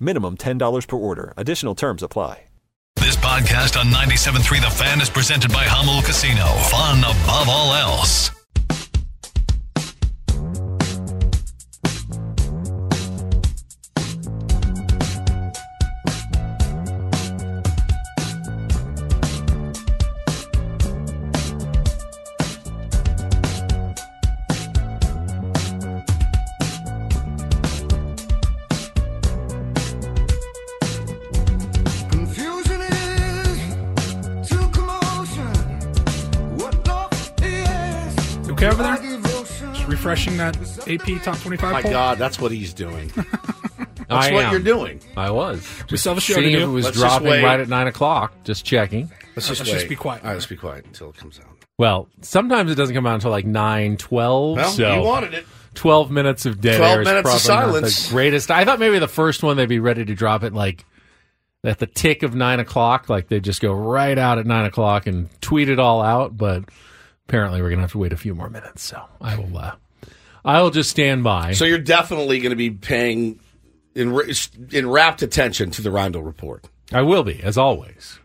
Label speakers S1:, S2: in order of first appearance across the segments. S1: Minimum $10 per order. Additional terms apply.
S2: This podcast on 97.3 The Fan is presented by Hummel Casino. Fun above all else.
S3: Confusion is to commotion. What love is
S4: You okay over there?
S3: devotion.
S4: Refreshing that AP top 25
S5: My
S4: poll?
S5: God, that's what he's doing.
S6: That's
S5: what you're doing.
S6: I was.
S4: We still have a show to
S6: Seeing if
S4: do.
S6: it was
S5: Let's just
S6: dropping
S5: wait.
S6: right at nine o'clock. Just checking.
S5: Let's just,
S4: Let's just
S5: wait.
S4: be quiet.
S5: All right, let's be quiet until it comes out.
S6: Well, sometimes it doesn't come out until like nine twelve.
S5: Well,
S6: so
S5: you wanted it.
S6: twelve minutes of dead
S5: 12
S6: air is
S5: minutes of
S6: probably not
S5: silence.
S6: the greatest. I thought maybe the first one they'd be ready to drop it like at the tick of nine o'clock. Like they just go right out at nine o'clock and tweet it all out. But apparently we're gonna have to wait a few more minutes. So I will. Uh, I will just stand by.
S5: So you're definitely going to be paying in in rapt attention to the Rondo report.
S6: I will be as always.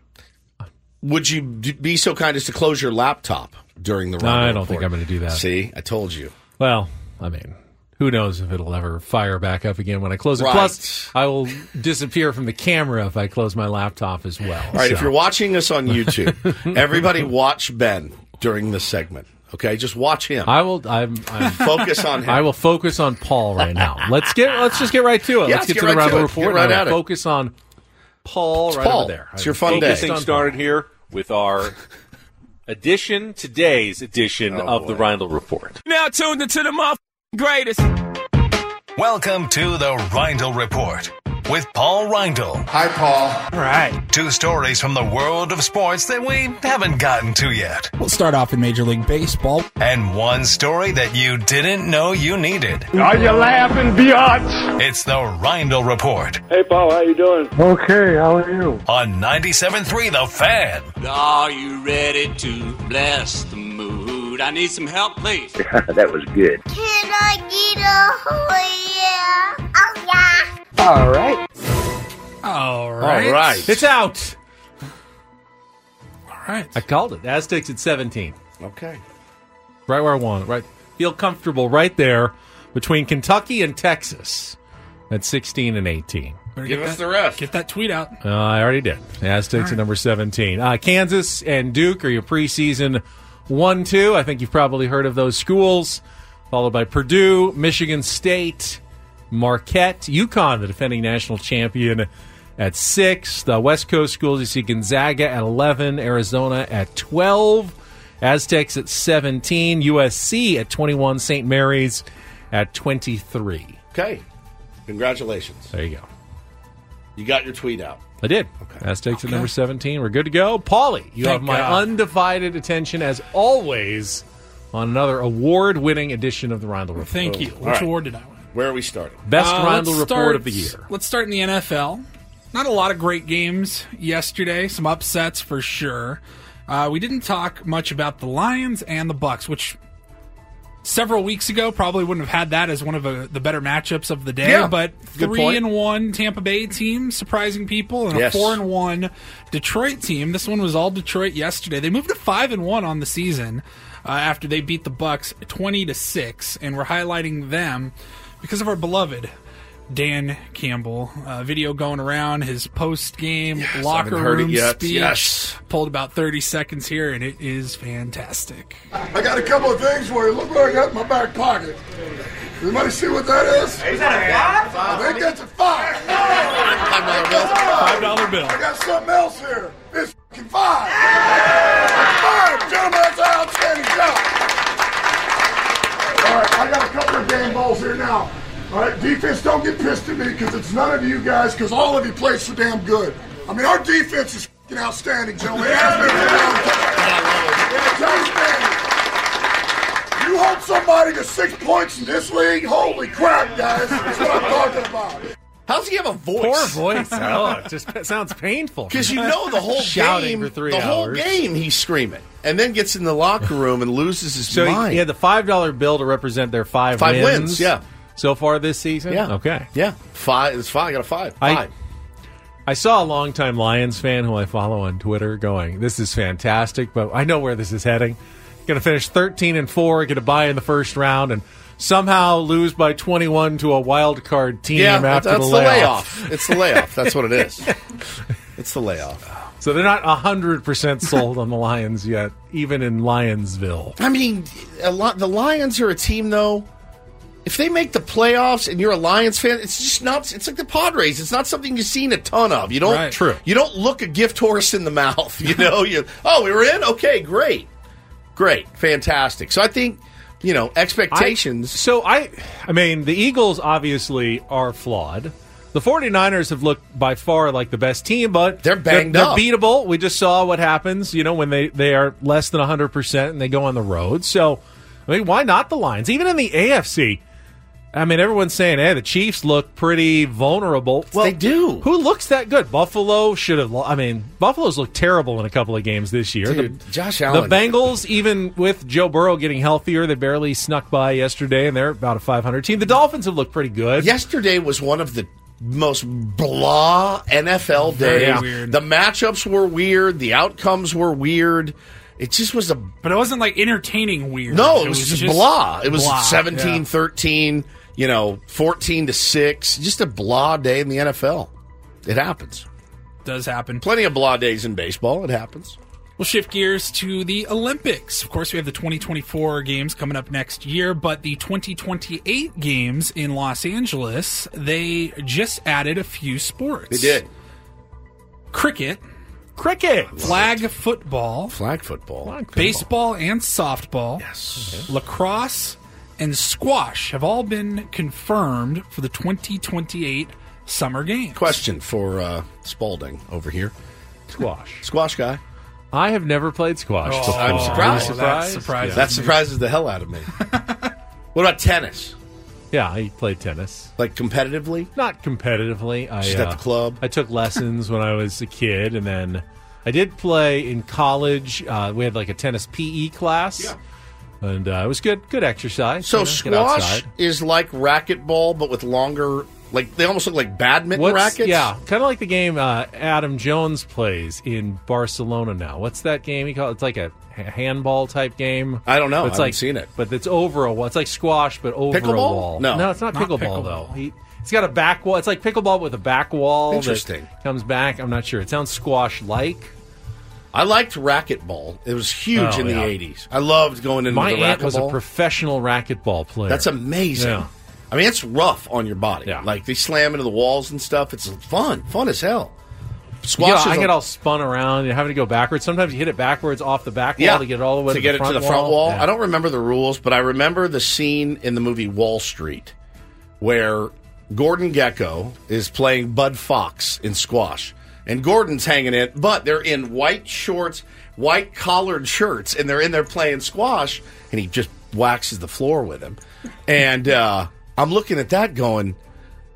S5: Would you d- be so kind as to close your laptop during the Rondo?
S6: I don't
S5: report?
S6: think I'm gonna do that.
S5: See, I told you.
S6: Well, I mean, who knows if it'll ever fire back up again when I close it.
S5: Right.
S6: Plus, I will disappear from the camera if I close my laptop as well.
S5: All right, if you're watching us on YouTube, everybody watch Ben during this segment. Okay, just watch him.
S6: I will. I'm. I'm
S5: Focus on him.
S6: I will focus on Paul right now. Let's get. Let's just get right to it.
S5: Yeah,
S6: let's
S5: let's
S6: get,
S5: get
S6: to
S5: right
S6: the round
S5: to
S6: of
S5: it.
S6: report.
S5: Get right
S6: and I
S5: at it.
S6: will focus on Paul right
S5: Paul.
S6: over there.
S5: It's your fun day.
S6: Focus
S5: Thing
S6: on
S7: Getting started
S6: Paul.
S7: here with our edition, today's edition
S5: Oh,
S7: of the Rindle Report.
S8: now tuned into the mother greatest.
S2: Welcome to the Rindle Report with Paul Rindle.
S3: Hi, Paul.
S8: All right.
S2: Two stories from the world of sports that we haven't gotten to yet,
S9: We'll start off in Major League Baseball.
S2: and one story that you didn't know you needed.
S8: Are you laughing, biatch?
S2: It's the Rindle Report
S8: Hey, Paul, how you doing?
S9: Okay, how are you?
S2: on 97.3 The Fan.
S8: Are you ready to bless the mood? I need some help, please.
S3: Can I get a oh, yeah? Oh yeah.
S4: All right.
S5: All right.
S6: It's out.
S4: All right.
S6: I called it. Aztecs at 17.
S5: okay.
S6: Right where I want it. Right. Feel comfortable right there between Kentucky and Texas at 16 and 18.
S4: Better
S5: Give
S4: get
S5: us
S4: that-
S5: Oh. the rest.
S4: Get that tweet out.
S6: Uh, I already did. The Aztecs at number 17. Uh, Kansas and Duke are your preseason 1 2. I think you've probably heard of those schools, followed by Purdue, Michigan State, Marquette, UConn, the defending national champion at 6. The West Coast schools, you see Gonzaga at 11, Arizona at 12, Aztecs at 17, USC at 21, St. Mary's at 23.
S5: Okay. Congratulations.
S6: There you go.
S5: You got your tweet out.
S6: I did. Aztecs at number 17. We're good to go. Paulie, you
S4: Thank
S6: have my
S4: God.
S6: undivided attention as always on another award winning edition of the Rindle Report.
S4: Thank you. Which
S5: right.
S4: award did I win?
S5: Where are we starting?
S6: Best
S4: Uh,
S6: Rindle
S4: let's
S6: Report
S4: start-
S6: of the year.
S4: Let's start in the NFL. not a lot of great games yesterday. Some upsets for sure. Uh, we didn't talk much about the Lions and the Bucks, which several weeks ago probably wouldn't have had that as one of uh the better matchups of the day.
S5: Yeah.
S4: But
S5: Good
S4: three
S5: point.
S4: and one Tampa Bay team surprising people, and
S5: Yes.
S4: a four and one Detroit team. This one was all Detroit yesterday. They moved to five and one on the season uh, after they beat the Bucks twenty to six, and we're highlighting them because of our beloved Dan Campbell uh, video going around his post game locker
S5: haven't heard it
S4: room
S5: yet.
S4: speech.
S5: Yes.
S4: Pulled about thirty seconds here, and it is fantastic.
S10: I got a couple of things for you. Look what I got in my back pocket. Anybody see what that is?
S3: Is that a
S10: I think that's a five.
S4: Five dollar bill.
S10: I got something else here. It's fucking five. Five, gentlemen, that's an outstanding job. All right, I got a couple of game balls here now. All right, defense, don't get pissed at me because it's none of you guys because all of you play so damn good. I mean, our defense is fucking outstanding, gentlemen. It has been for a long time. It's outstanding. You hold somebody to six points in this league? Holy crap, guys. That's what I'm talking about.
S5: How's he have a voice?
S6: Poor voice. oh, it just it sounds painful.
S5: Because you know the whole
S6: Shouting
S5: game,
S6: for three
S5: the whole
S6: hours.
S5: game, he's screaming, and then gets in the locker room and loses his
S6: So he-
S5: mind.
S6: he had the five dollar bill to represent their five
S5: Five
S6: wins,
S5: wins, yeah.
S6: So far this season,
S5: Yeah.
S6: Okay,
S5: yeah, five. It's five. I got a five.
S6: I-
S5: Five.
S6: I saw a longtime Lions fan who I follow on Twitter going, "This is fantastic," but I know where this is heading. Going to finish thirteen and four, get a bye in the first round, and somehow lose by twenty one to a wild card team
S5: yeah, that-
S6: after
S5: that's
S6: the layoff.
S5: It's the layoff. That's what it is. It's the layoff.
S6: So they're not hundred percent sold on the Lions yet, even in Lionsville.
S5: I mean, a lot. The Lions are a team, though. If they make the playoffs and you're a Lions fan, it's just not. It's like the Padres. It's not something you've seen a ton of. You don't.
S6: Right. True.
S5: You don't look a gift horse in the mouth. You know. you. Oh, we were in. Okay, great, great, fantastic. So I think you know expectations.
S6: I- so I I mean, the Eagles obviously are flawed. The 49ers have looked by far like the best team, but they're
S5: banged
S6: they're,
S5: up.
S6: beatable. We just saw what happens, you know, when they they are less than 100% and they go on the road. So, I mean, why not the Lions? Even in the AFC, I mean, everyone's saying, "Hey, the Chiefs look pretty vulnerable." Well, they
S5: do.
S6: Who looks that good? Buffalo should have. lo- I mean, Buffalo's looked terrible in a couple of games this year.
S5: Dude,
S6: the,
S5: Josh Allen.
S6: The Bengals, even with Joe Burrow getting healthier, they barely snuck by yesterday, and they're about a 500 team. The Dolphins have looked pretty good.
S5: Yesterday was one of the most blah NFL
S6: Very
S5: days.
S6: weird.
S5: The matchups were weird. The outcomes were weird. It just was a
S4: But it wasn't like entertaining weird.
S5: No, it, was, just, blah. It was
S4: blah,
S5: 17
S4: yeah.
S5: 13, you know, 14 to 6. Just a blah day in the NFL. It happens.
S4: Does happen.
S5: Plenty of blah days in baseball. It happens.
S4: We'll shift gears to the Olympics. Of course, we have the 2024 games coming up next year, but the 2028 games in Los Angeles, they just added a few sports.
S5: They did.
S4: Cricket,
S6: cricket,
S4: flag football,
S5: flag football,
S4: baseball and softball. Yes. Lacrosse and squash have all been confirmed for the 2028 summer games.
S5: Question for uh, Spalding over here
S6: Squash.
S5: Squash guy.
S6: I have never played squash.
S5: Oh,
S6: before.
S5: I'm surprised.
S6: Are you
S5: That surprises That surprises the hell out of me. what about tennis?
S6: Yeah, I played tennis.
S5: Like competitively?
S6: Not competitively. I, uh,
S5: Just at the club?
S6: I took lessons when I was a kid, and then I did play in college. Uh, we had like a tennis PE class, and uh, it was good. Good exercise.
S5: So
S6: you know, get
S5: squash
S6: outside.
S5: is like racquetball, but with longer. Like they almost look like badminton
S6: What's,
S5: rackets.
S6: Yeah, kind of like the game uh, Adam Jones plays in Barcelona now. What's that game he called? It's like a h- handball type game.
S5: I don't know. I
S6: It's
S5: haven't
S6: like,
S5: seen it.
S6: but it's over a wall. It's like squash, but over
S5: Pickleball?
S6: a wall.
S5: No.
S6: no, it's not,
S5: Not
S6: pickleball,
S5: pickleball.
S6: though. He, it's got a back wall. It's like pickleball with a back wall. that
S5: Interesting.
S6: comes back. I'm not sure. It sounds squash like.
S5: I liked racquetball. It was huge
S6: Oh,
S5: in the
S6: yeah.
S5: '80s. I loved going into
S6: My
S5: the
S6: aunt
S5: racquetball.
S6: was a professional racquetball player.
S5: That's amazing.
S6: Yeah.
S5: I mean, it's rough on your body. Like they slam into the walls and stuff. It's fun, fun as hell. Squash.
S6: Yeah,
S5: is
S6: I
S5: a-
S6: get all spun around and having to go backwards. Sometimes you hit it backwards off the back wall
S5: yeah,
S6: to get it all the way
S5: to
S6: to,
S5: get
S6: the
S5: it to
S6: front
S5: the front wall.
S6: Yeah.
S5: I don't remember the rules, but I remember the scene in the movie Wall Street where Gordon Gecko is playing Bud Fox in squash, and Gordon's hanging in, but they're in white shorts, white collared shirts, and they're in there playing squash, and he just waxes the floor with him. And uh, I'm looking at that, going,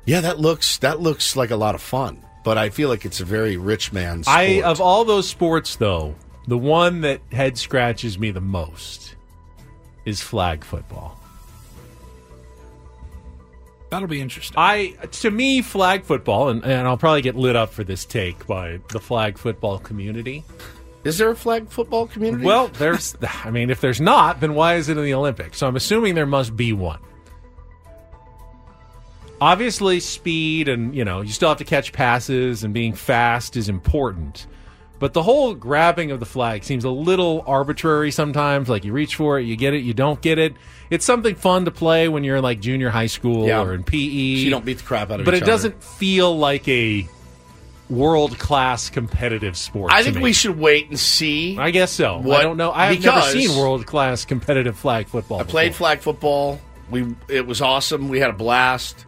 S5: "Yeah, that looks that looks like a lot of fun." but I feel like it's a very rich man's.
S6: I
S5: sport.
S6: of all those sports though, the one that head scratches me the most is flag football.
S4: That'll be interesting.
S6: I to me flag football and, and I'll probably get lit up for this take by the flag football community.
S5: Is there a flag football community?
S6: Well, there's I mean if there's not, then why is it in the Olympics? So I'm assuming there must be one. Obviously speed and, you know, you still have to catch passes and being fast is important. But the whole grabbing of the flag seems a little arbitrary sometimes. Like you reach for it, you get it, you don't get it. It's something fun to play when you're in like junior high school
S5: Yeah.
S6: or in PE.
S5: So you don't beat the crap out of
S6: But
S5: each
S6: it
S5: other.
S6: doesn't feel like a world class competitive sport.
S5: I
S6: to
S5: think
S6: me.
S5: we should wait and see.
S6: I guess so.
S5: What-
S6: I don't know. I've never
S5: because-
S6: seen world class competitive flag football.
S5: I played flag football. We it was awesome. We had a blast.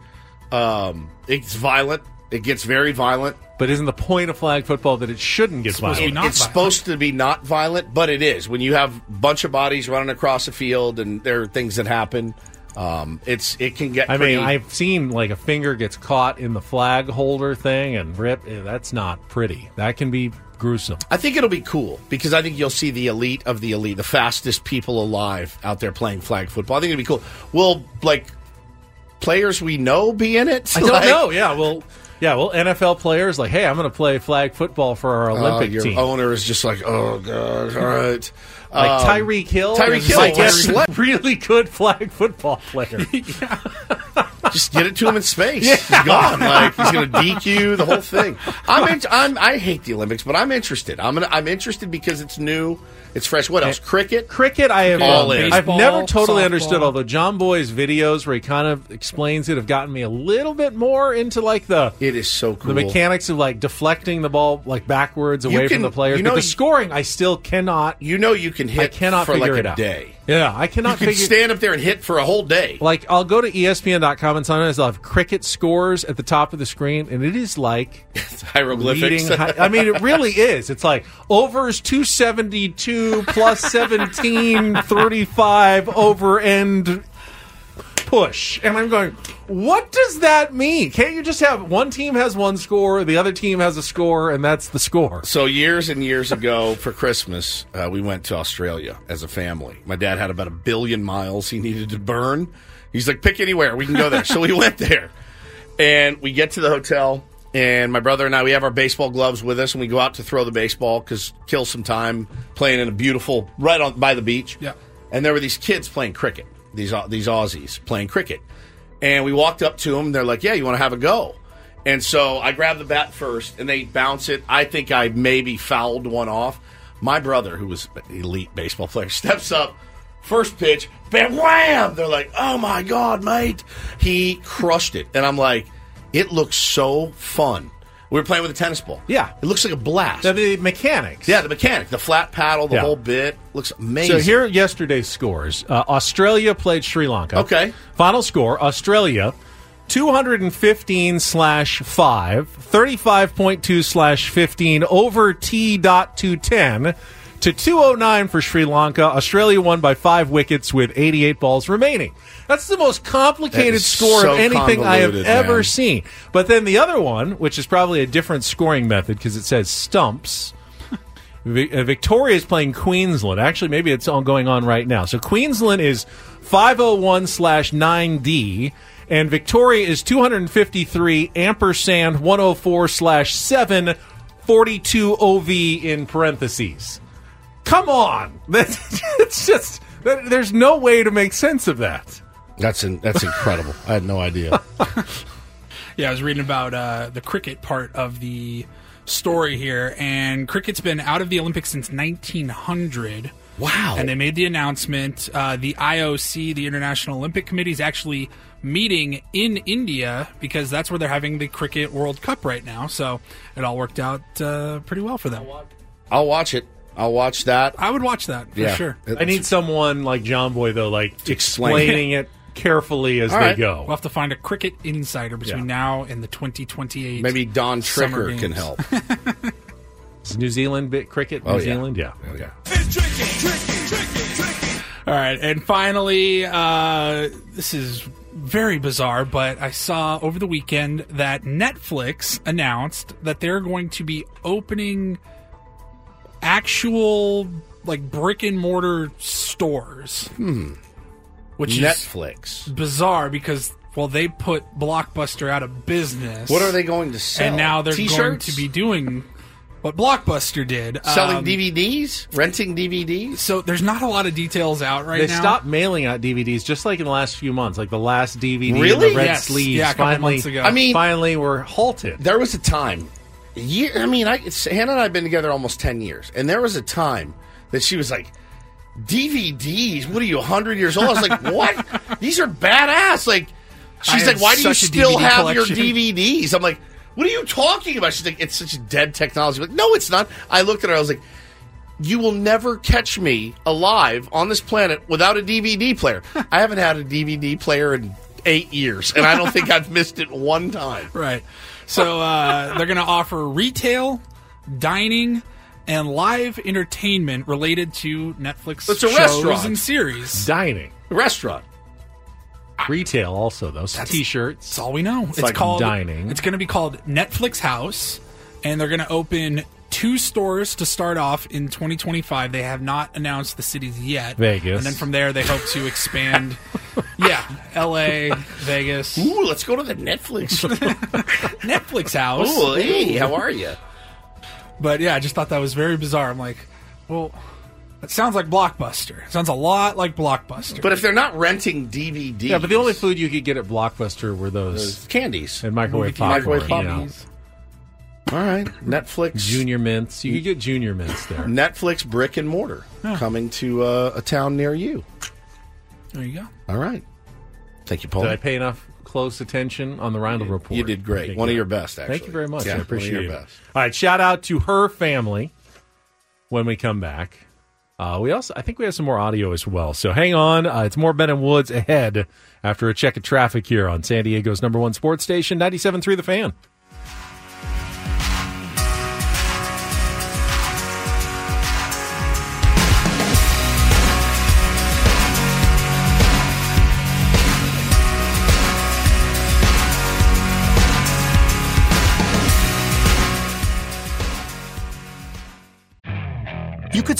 S5: Um, it's violent. It gets very violent.
S6: But isn't the point of flag football that it shouldn't get violent?
S5: It- it's supposed to be not violent, but it is. When you have a bunch of bodies running across a field and there are things that happen, um, it's it can get.
S6: I mean,
S5: pretty-
S6: I've seen like a finger gets caught in the flag holder thing and rip. eh, That's not pretty. That can be gruesome.
S5: I think it'll be cool because I think you'll see the elite of the elite, the fastest people alive out there playing flag football. I think it'll be cool. Will like players we know be in it?
S6: I don't
S5: Like-
S6: know. Yeah, well, yeah, well, NFL players like, hey, I'm going to play flag football for our Olympic
S5: Oh, your
S6: team.
S5: owner is just like, oh god, all right.
S6: Like
S5: Um,
S6: Tyreek Hill,
S5: Tyreek
S6: is
S5: Hill,
S6: like
S5: yes,
S6: a
S5: select-
S6: really good flag football player.
S5: just get it to him in space. He's gone. Like he's going to DQ the whole thing. I'm, in, I'm I hate the Olympics, but I'm interested. I'm gonna, I'm interested because it's new, it's fresh. What else? Cricket.
S6: Cricket. I have um,
S5: all in.
S6: I've never totally understood, although John Boy's videos where he kind of explains it have gotten me a little bit more into like the
S5: it is so cool
S6: the mechanics of like deflecting the ball like backwards
S5: You
S6: away
S5: can-
S6: from the players.
S5: you know
S6: but the
S5: you-
S6: scoring, I still cannot.
S5: You know, you can
S6: I
S5: hit
S6: cannot
S5: for
S6: figure
S5: like
S6: it
S5: a
S6: out.
S5: day.
S6: Yeah, I
S5: You
S6: cannot
S5: can
S6: figure.
S5: stand up there and hit for a whole day.
S6: like I'll go to E ESPN.com and sometimes I'll have cricket scores at the top of the screen, and it is like
S5: Hieroglyphics.
S6: reading hi- I mean, it really is. It's like overs 272 plus 1735 over end push. And I'm going, what does that mean? Can't you just have one team has one score, the other team has a score, and that's the score?
S5: So years and years ago, for Christmas, uh, we went to Australia as a family. My dad had about a billion miles he needed to burn. He's like, pick anywhere, we can go there. so we went there, and we get to the hotel, and my brother and I, we have our baseball gloves with us, and we go out to throw the baseball because kill some time playing in a beautiful right on by the beach. Yeah. And there were these kids playing cricket. These Au- these Aussies playing cricket, and we walked up to them. They're like, "Yeah, you want to have a go?" And so I grabbed the bat first, and they bounce it. I think I maybe fouled one off. My brother, who was an elite baseball player, steps up, first pitch, bam, wham! They're like, oh my God, mate. He crushed it. And I'm like, it looks so fun. We were playing with a tennis ball. Yeah. It looks like a blast. The,
S6: mechanics.
S5: Yeah, the mechanic. The flat paddle, the
S6: Yeah.
S5: whole bit. Looks amazing.
S6: So here are yesterday's scores. Uh, Australia played Sri Lanka.
S5: Okay.
S6: Final score Australia 215 slash 5, 35.2 slash 15 over T dot 210 to 209 for Sri Lanka. Australia won by five wickets with 88 balls remaining. That's the most
S5: That
S6: complicated
S5: is
S6: score
S5: so
S6: of anything I have
S5: convoluted,
S6: ever
S5: man.
S6: seen. But then the other one, which is probably a different scoring method because it says stumps. Vi- uh, Victoria is playing Queensland. Actually, maybe it's all going on right now. So Queensland is 501 slash 9D, and Victoria is 253 ampersand 104 slash 7 42 OV in parentheses. Come on. That's, it's just, that, there's no way to make sense of that.
S5: That's, in, that's incredible. I had no idea.
S4: Yeah, I was reading about uh, the cricket part of the story here, and cricket's been out of the Olympics since 1900.
S5: Wow.
S4: And they made the announcement. Uh, the IOC, the International Olympic Committee, is actually meeting in India because that's where they're having the Cricket World Cup right now. So it all worked out uh, pretty well for them.
S5: I'll watch it. I'll watch that.
S4: I would watch that for sure.
S6: I need someone like John Boy, though, like
S4: explain.
S6: explaining it carefully as
S4: All
S6: they
S4: right.
S6: go.
S4: We'll have to find a cricket insider between now and the 2028.
S5: Maybe Don
S4: summer
S5: Tricker can
S4: games.
S5: help.
S6: It's New Zealand bit cricket, New
S5: Oh, yeah.
S6: Zealand, yeah.
S5: Oh, yeah.
S4: All right, and finally, uh, this is very bizarre, but I saw over the weekend that Netflix announced that they're going to be opening actual like brick and mortar stores.
S5: Hmm.
S4: Which
S5: Netflix.
S4: is bizarre because well they put Blockbuster out of business.
S5: What are they going to sell?
S4: And now they're going
S5: T-shirts?
S4: to be doing what Blockbuster did,
S5: Selling
S4: Um,
S5: DVDs, renting DVDs.
S4: So there's not a lot of details out right
S6: they
S4: now.
S6: stopped mailing out DVDs just like in the last few months, like the last DVD,
S5: Really?
S6: the red
S5: Yes.
S6: sleeves.
S5: Yeah, a couple
S6: finally,
S5: months ago. I mean-
S6: finally were halted.
S5: There was a time. a Year, I mean, I, it's- Hannah and I have been together almost ten years, and there was a time that she was like, "DVDs? What are you, hundred years old?" I was like, "What? These are badass!" Like, she's
S3: I
S5: like,
S3: have
S5: "Why do you
S3: such a
S5: still
S3: DVD
S5: have
S3: collection."
S5: your DVDs?" I'm like, "What are you talking about?" She's like, "It's such a dead technology." I'm like, no, it's not. I looked at her. I was like, "You will never catch me alive on this planet without a DVD player. I haven't had a DVD player in eight years, and I don't think I've missed it one time."
S4: Right. So uh, they're going to offer retail, dining, and live entertainment related to Netflix
S5: It's a
S4: shows
S5: restaurant.
S4: and series.
S6: Dining.
S5: Restaurant.
S6: Retail also though. T-shirts.
S4: That's all we know. It's,
S6: like
S4: called
S6: dining.
S4: It's going to be called Netflix House, and they're going to open two stores to start off in 2025. They have not announced the cities yet.
S6: Vegas.
S4: and then from there they hope to expand. yeah, L.A., Vegas.
S5: Ooh, let's go to the Netflix.
S4: Netflix House.
S5: Ooh, hey, how are you?
S4: But yeah, I just thought that was very bizarre. I'm like, well, that sounds like Blockbuster. It sounds a lot like Blockbuster.
S5: But if they're not renting DVDs,
S6: Yeah, but the only food you could get at Blockbuster were those,
S5: Those uh, candies
S6: and microwave popcorn.
S5: microwave
S6: you know.
S5: poppies. All right, Netflix
S6: Junior mints. You could get junior mints there.
S5: Netflix brick and mortar coming to uh, a town near you.
S4: there you go.
S5: All right, thank you, Paul.
S6: Did I pay enough close attention on the Roundel report?
S5: you did great.
S6: Okay,
S5: One of
S6: good.
S5: your best,
S6: Thank
S5: actually.
S6: you very much.
S5: Yeah,
S6: I
S5: one of your
S6: appreciate it.
S5: best.
S6: All right, shout out to her family when we come back. Uh, we also, I think we have some more audio as well. So hang on. Uh, it's more Ben and Woods ahead after a check of traffic here on San Diego's number one sports station, 97.3 The Fan.
S11: You could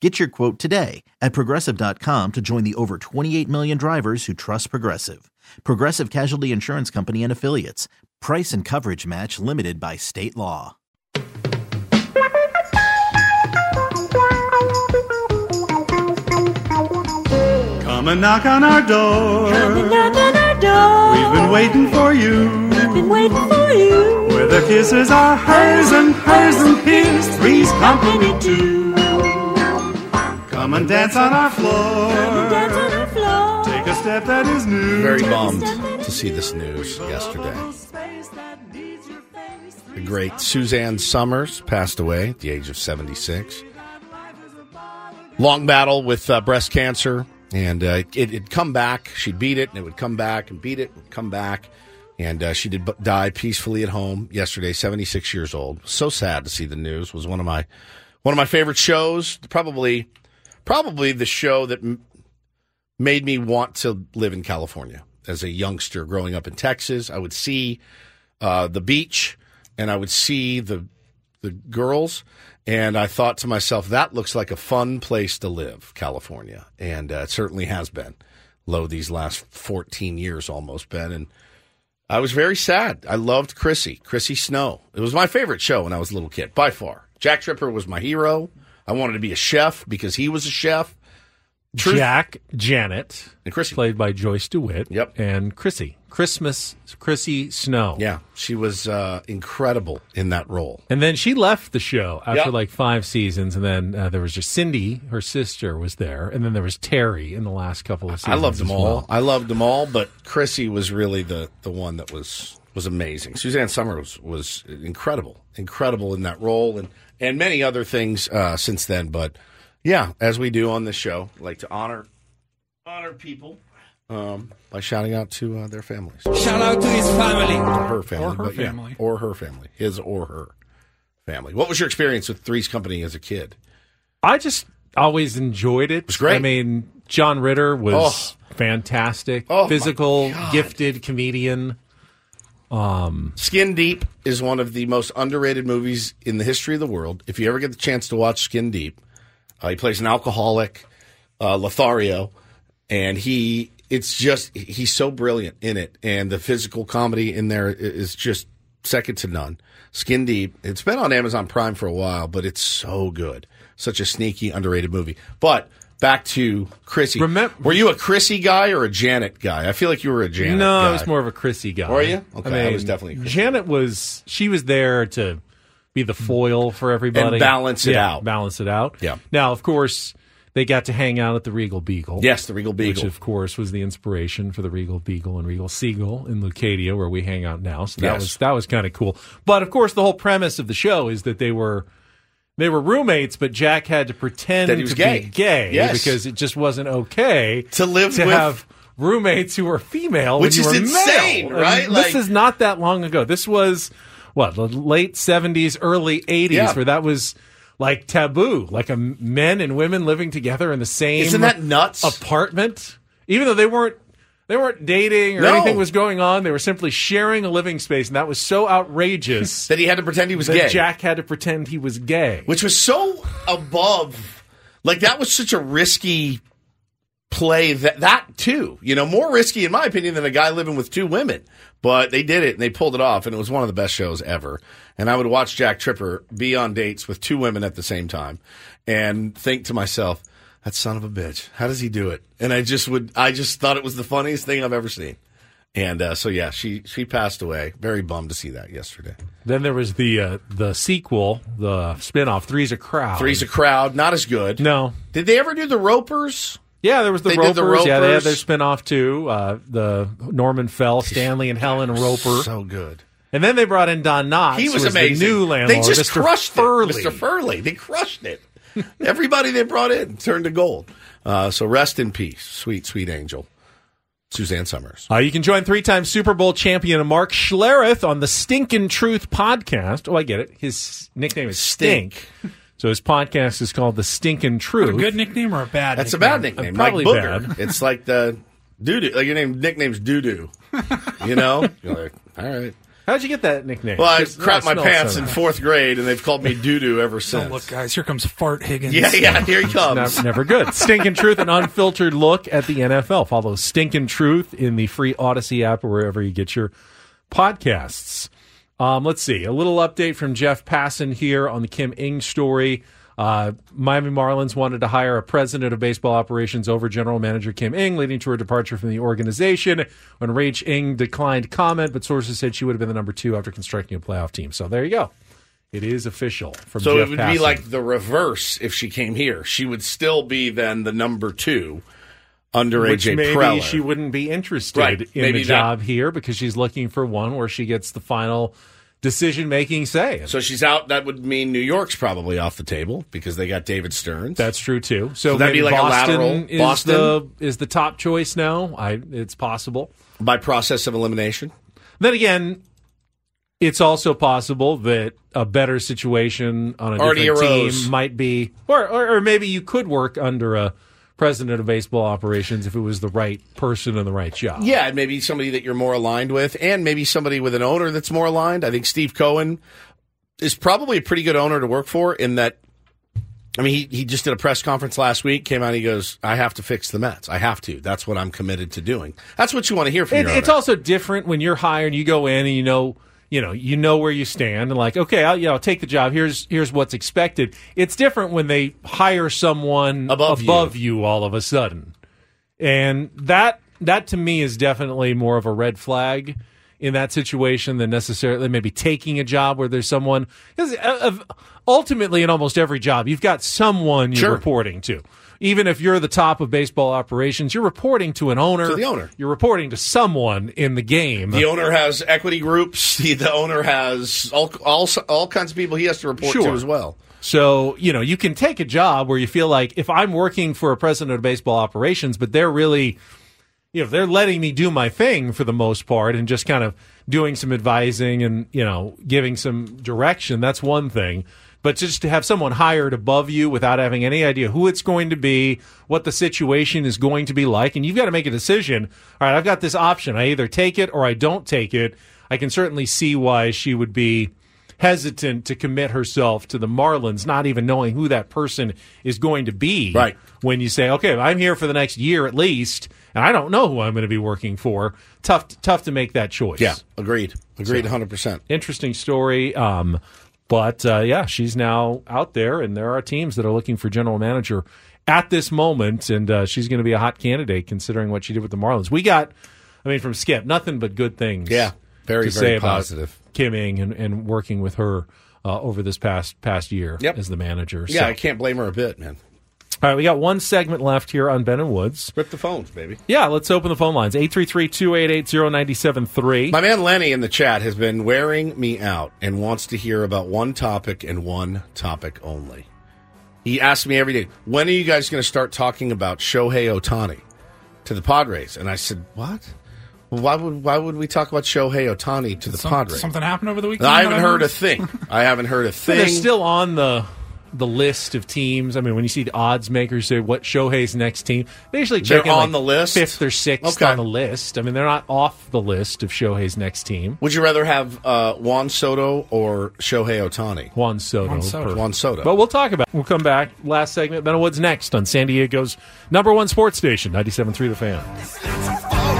S12: Get your quote today at progressive.com to join the over 28 million drivers who trust Progressive. Progressive Casualty Insurance Company and Affiliates. Price and coverage match limited by state law.
S13: Come and knock on our door. Come and knock on our door. We've been waiting for you. We've been waiting for you. Where the kisses are hers and hers and his. Three's company too. Come and dance on our floor. Come and dance on our floor. Take a step that is new.
S5: Very
S13: Take a
S5: bummed
S13: step that
S5: to see this news yesterday.
S13: space that needs your face.
S5: The great Suzanne Summers passed away at the age of 76. Long battle with uh, breast cancer, and uh, it had come back. She'd beat it, and it would come back and beat it, would come back. And uh, she did b- die peacefully at home yesterday, 76 years old. So sad to see the news. Was one of my one of my favorite shows. Probably, probably the show that m- made me want to live in California as a youngster growing up in Texas. I would see uh, the beach, and I would see the the girls, and I thought to myself, that looks like a fun place to live, California, and uh, it certainly has been. Low these last fourteen years, almost been, and I was very sad. I loved Chrissy, Chrissy Snow. It was my favorite show when I was a little kid, by far. Jack Tripper was my hero. I wanted to be a chef because he was a chef. Truth-
S6: Jack Janet,
S5: and Chrissy,
S6: played by Joyce DeWitt.
S5: Yep,
S6: and Chrissy, Christmas Chrissy Snow.
S5: Yeah, she was uh, incredible in that role.
S6: And then she left the show after
S5: Yep.
S6: like five seasons, and then uh, there was just Cindy, her sister, was there, and then there was Terry in the last couple of
S5: I
S6: seasons.
S5: loved them
S6: as
S5: all.
S6: well.
S5: I loved them all, but Chrissy was really the the one that was was amazing. Suzanne Summers was, was incredible, incredible in that role, and and many other things uh, since then. But yeah, as we do on this show, like to honor honor people um, by shouting out to uh, their families.
S3: Shout out to his family.
S5: Or her family,
S3: Or her
S5: but yeah,
S3: family.
S5: or her family, his or her family. What was your experience with Three's Company as a kid?
S6: I just always enjoyed it. It was
S5: great. Oh.
S6: I mean, John Ritter was fantastic, physical, gifted comedian. Um,
S5: Skin Deep is one of the most underrated movies in the history of the world. If you ever get the chance to watch Skin Deep, uh, he plays an alcoholic, uh, Lothario, and he it's just he's so brilliant in it, and the physical comedy in there i- is just second to none. Skin Deep. It's been on Amazon Prime for a while, but it's so good. Such a sneaky, underrated movie. But back to Chrissy. Remember, were you a Chrissy guy or a Janet guy? I feel like you were a Janet.
S6: no,
S5: guy.
S6: I was more of a Chrissy guy.
S5: Were you? Okay, I was definitely a
S6: Janet was. She was there to be the foil for everybody
S5: balance it
S6: Yeah,
S5: out.
S6: Balance it out.
S5: Yeah.
S6: Now, of course, they got to hang out at the Regal Beagle.
S5: Yes, the Regal
S6: which
S5: Beagle.
S6: of course was the inspiration for the Regal Beagle and Regal Seagull in Lucadia, where we hang out now. So that
S5: Yes.
S6: was that was kind of cool. But of course, the whole premise of the show is that they were. They were roommates, but Jack had to pretend
S5: That he was
S6: to
S5: gay.
S6: be gay
S5: Yes.
S6: because it just wasn't okay
S5: to live
S6: to
S5: with-
S6: have roommates who were female, when
S5: Which
S6: you
S5: is
S6: were
S5: insane,
S6: male.
S5: right?
S6: And
S5: Like-
S6: this is not that long ago. This was what the late seventies, early eighties,
S5: Yeah.
S6: where that was like taboo, like a men and women living together in the same
S5: Isn't that nuts?
S6: apartment, even though they weren't. They weren't dating or
S5: No.
S6: anything was going on. They were simply sharing a living space, and that was so outrageous
S5: that he had to pretend he was
S6: that
S5: gay.
S6: Jack had to pretend he was gay,
S5: which was so above like that was such a risky play that that too you know more risky in my opinion than a guy living with two women but they did it and they pulled it off and it was one of the best shows ever and i would watch jack tripper be on dates with two women at the same time and think to myself that son of a bitch how does he do it and i just would i just thought it was the funniest thing i've ever seen and uh, so yeah she she passed away very bummed to see that yesterday
S6: Then there was the uh, the sequel, the spinoff, Three's a Crowd.
S5: Three's a crowd, not as good.
S6: No.
S5: Did they ever do the Ropers?
S6: Yeah, there was the
S5: They
S6: Ropers.
S5: did
S6: Yeah,
S5: the
S6: they had
S5: Ropers.
S6: their spinoff too. Uh, the Norman Fell, Stanley, and Helen Roper.
S5: So good.
S6: And then they brought in Don Knotts.
S5: He
S6: who
S5: was
S6: the
S5: amazing.
S6: new landlord.
S5: they just
S6: Mr.
S5: crushed
S6: Furley.
S5: it. Mr. Furley. They crushed it. Everybody they brought in turned to gold. Uh, so rest in peace, sweet, sweet angel, Suzanne Summers.
S6: Uh, you can join three-time Super Bowl champion Mark Schlereth on the Stinkin' Truth podcast. Oh, I get it. His nickname is Stink. so his podcast is called The Stinkin' Truth.
S4: A good nickname or a bad?
S5: That's a
S4: nickname?
S5: bad nickname.
S6: Uh,
S5: Like
S6: probably
S5: Booger.
S6: bad.
S5: It's like the doo doo. Like your name nickname's doo doo. You know. You're like, all right.
S6: How'd you get that nickname?
S5: Well, I
S6: Just-
S5: crapped my
S6: smell so
S5: pants in
S6: nice.
S5: fourth grade, and they've called me doo doo ever
S4: Oh,
S5: since.
S4: look, guys, here comes Fart Higgins.
S5: Yeah, yeah, here he comes.
S6: Nev- never good. Stinking Truth, an unfiltered look at the NFL. Follow Stinking Truth in the free Odyssey app or wherever you get your podcasts. Um, let's see. A little update from Jeff Passan here on the Kim Ng story. Uh, Miami Marlins wanted to hire a president of baseball operations over general manager Kim Ng, leading to her departure from the organization. When Rach Ng declined comment, but sources said she would have been the number two after constructing a playoff team. So there you go. It is official from
S5: So
S6: Jeff
S5: it would
S6: Passan.
S5: be like the reverse if she came here. She would still be then the number two under
S6: Which
S5: AJ
S6: maybe
S5: Preller.
S6: she wouldn't be interested
S5: Right,
S6: in
S5: maybe
S6: the
S5: that-
S6: job here because she's looking for one where she gets the final decision making say.
S5: so she's out. That would mean New York's probably off the table because they got David Stearns.
S6: That's true too. So,
S5: that'd be
S6: maybe
S5: like
S6: Boston
S5: a lateral.
S6: is
S5: Boston
S6: the is the top choice now. I it's possible.
S5: by process of elimination.
S6: Then again, it's also possible that a better situation on a
S5: Already
S6: different
S5: arose.
S6: team might be, or, or or maybe you could work under a president of baseball operations if it was the right person in the right job.
S5: Yeah, and maybe somebody that you're more aligned with, and maybe somebody with an owner that's more aligned. I think Steve Cohen is probably a pretty good owner to work for in that. I mean, he, he just did a press conference last week, came out and he goes, I have to fix the Mets. I have to. That's what I'm committed to doing. That's what you want to hear from
S6: It,
S5: your
S6: it's
S5: owner.
S6: also different when you're hired. You go in and you know, you know, you know where you stand, and like, okay, I'll, you know, I'll take the job. Here's here's what's expected. It's different when they hire someone above, you. all of a sudden, and that that to me is definitely more of a red flag in that situation than necessarily maybe taking a job where there's someone. 'cause, uh, of- ultimately, in almost every job, you've got someone you're
S5: Sure.
S6: reporting to. Even if you're the top of baseball operations, you're reporting to an owner.
S5: To the owner.
S6: You're reporting to someone in the game.
S5: the owner has equity groups. The, the owner has all, all all kinds of people he has to report to
S6: Sure.
S5: as well.
S6: So, you know, you can take a job where you feel like if I'm working for a president of baseball operations, but they're really, you know, they're letting me do my thing for the most part and just kind of doing some advising and, you know, giving some direction, that's one thing. But just to have someone hired above you without having any idea who it's going to be, what the situation is going to be like, and you've got to make a decision. All right, I've got this option. I either take it or I don't take it. I can certainly see why she would be hesitant to commit herself to the Marlins, not even knowing who that person is going to be. Right. When you say, okay, I'm here for the next year at least, and I don't know who I'm going to be working for, tough, tough to make that choice.
S5: Yeah, agreed. Agreed
S6: So,
S5: 100%.
S6: Interesting story. Um, but uh, yeah, she's now out there, and there are teams that are looking for general manager at this moment, and uh, she's going to be a hot candidate considering what she did with the Marlins. We got, I mean, from Skip, nothing but good things.
S5: Yeah,
S6: to
S5: very, very
S6: say about
S5: positive.
S6: Kimming and, and working with her uh, over this past past year as the manager.
S5: Yeah,
S6: So-
S5: I can't blame her a bit, man.
S6: All right, we got one segment left here on Ben and Woods.
S5: Rip the phones, baby.
S6: Yeah, let's open the phone lines 833 288 0973.
S5: My man Lenny in the chat has been wearing me out and wants to hear about one topic and one topic only. He asks me every day, when are you guys going to start talking about Shohei Otani to the Padres? And I said, what? Well, Why would why would we talk about Shohei Otani to the
S4: Some-
S5: Padres?
S4: Something happened over the weekend.
S5: I
S4: that
S5: haven't heard a
S4: noticed?
S5: thing. I haven't heard a
S6: They're
S5: thing.
S6: still on the the list of teams. I mean, when you see the odds makers say what Shohei's next team, they usually
S5: They're
S6: check in,
S5: on
S6: like,
S5: the list?
S6: fifth or sixth
S5: Okay.
S6: on the list. I mean, they're not off the list of Shohei's next team.
S5: Would you rather have uh, Juan Soto or Shohei Otani?
S6: Juan Soto.
S5: Juan Soto.
S6: Perfect.
S5: Juan Soto.
S6: But we'll talk about. it. We'll come back. Last segment. Ben and Woods next on San Diego's number one sports station, 97.3 The Fan.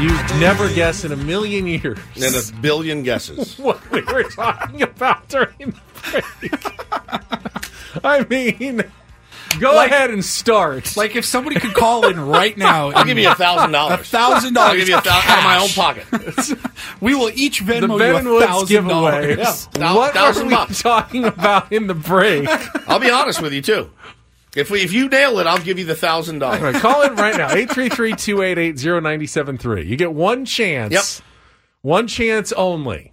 S6: You never guess in a million years.
S5: And a billion guesses.
S6: what we were talking about during the break. I mean, go ahead and start.
S4: Like if somebody could call in right now,
S5: I'll give you $1,000.
S4: A thousand dollars.
S5: I'll give you $1,000 out of my own
S4: pocket. we will each Venmo
S6: the
S4: you
S6: Ben and Woods
S4: $1,000.
S6: giveaway.
S4: Yeah.
S6: What
S5: thousand
S6: were we
S5: bucks.
S6: talking about in the break?
S5: I'll be honest with you too. If we, if you nail it, I'll give you the thousand
S6: All right,
S5: dollars.
S6: call in right now 833-288-0973. You get one chance. Yep. One chance only.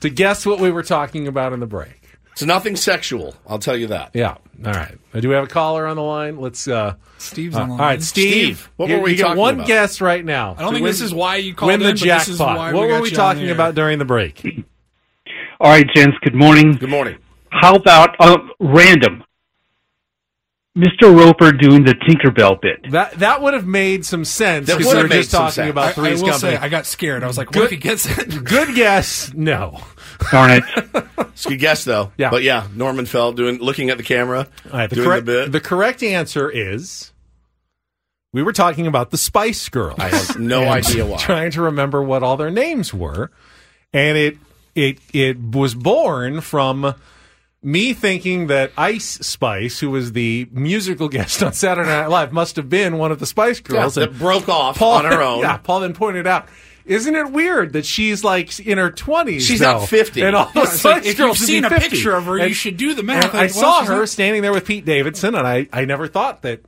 S6: to guess what we were talking about in the break.
S5: It's nothing sexual. I'll tell you that.
S6: Yeah. All right. Do we have a caller on the line? Let's. uh
S4: Steve's
S6: uh,
S4: on the
S6: All
S4: line.
S6: right, Steve.
S4: Steve, what
S6: you-
S4: were we
S6: you get
S4: talking
S6: one
S4: about?
S6: guess right now.
S4: I don't
S6: to
S4: think
S6: win-
S4: this is why you called
S6: Win the
S4: in, but
S6: jackpot.
S4: this is why we
S6: what were
S4: got
S6: we
S4: you on
S6: talking
S4: the air.
S6: about during the break?
S14: All right, gents. Good morning.
S5: Good morning.
S14: How about uh, random? Mr. Roper doing the Tinkerbell bit.
S6: That that would have made some sense
S14: That
S6: because
S14: would
S6: we were
S14: have made
S6: just
S14: some
S6: talking
S14: sense.
S6: about
S14: I- I
S6: Three's
S14: will
S6: Company.
S14: say,
S4: I got scared. I was like,
S6: Good-
S4: what if he gets it?
S6: Good guess. No.
S14: Darn it.
S5: It's a good guess though.
S6: Yeah.
S5: But yeah, Norman Fell doing looking at the camera.
S6: All right, the,
S5: doing
S6: correct,
S5: the
S6: the, correct answer is we were talking about the Spice Girls. I
S5: have no idea why.
S6: Trying to remember what all their names were, and it it it was born from me thinking that Ice Spice, who was the musical guest on Saturday Night Live, must have been one of the Spice Girls
S5: Yeah, that
S6: and
S5: broke off
S6: Paul,
S5: on her own.
S6: Yeah, Paul then pointed out. Isn't it weird that she's like in her twenties?
S5: She's not 50.
S6: and all
S5: Yeah,
S6: the
S5: it's like,
S6: Spice
S5: if you've
S6: Girls would be
S5: seen a
S6: 50.
S5: picture of her, you
S6: And-
S5: should do the math.
S6: and
S5: Like,
S6: I
S5: well,
S6: saw
S5: she's
S6: her
S5: not-
S6: standing there with Pete Davidson, and I, I never thought that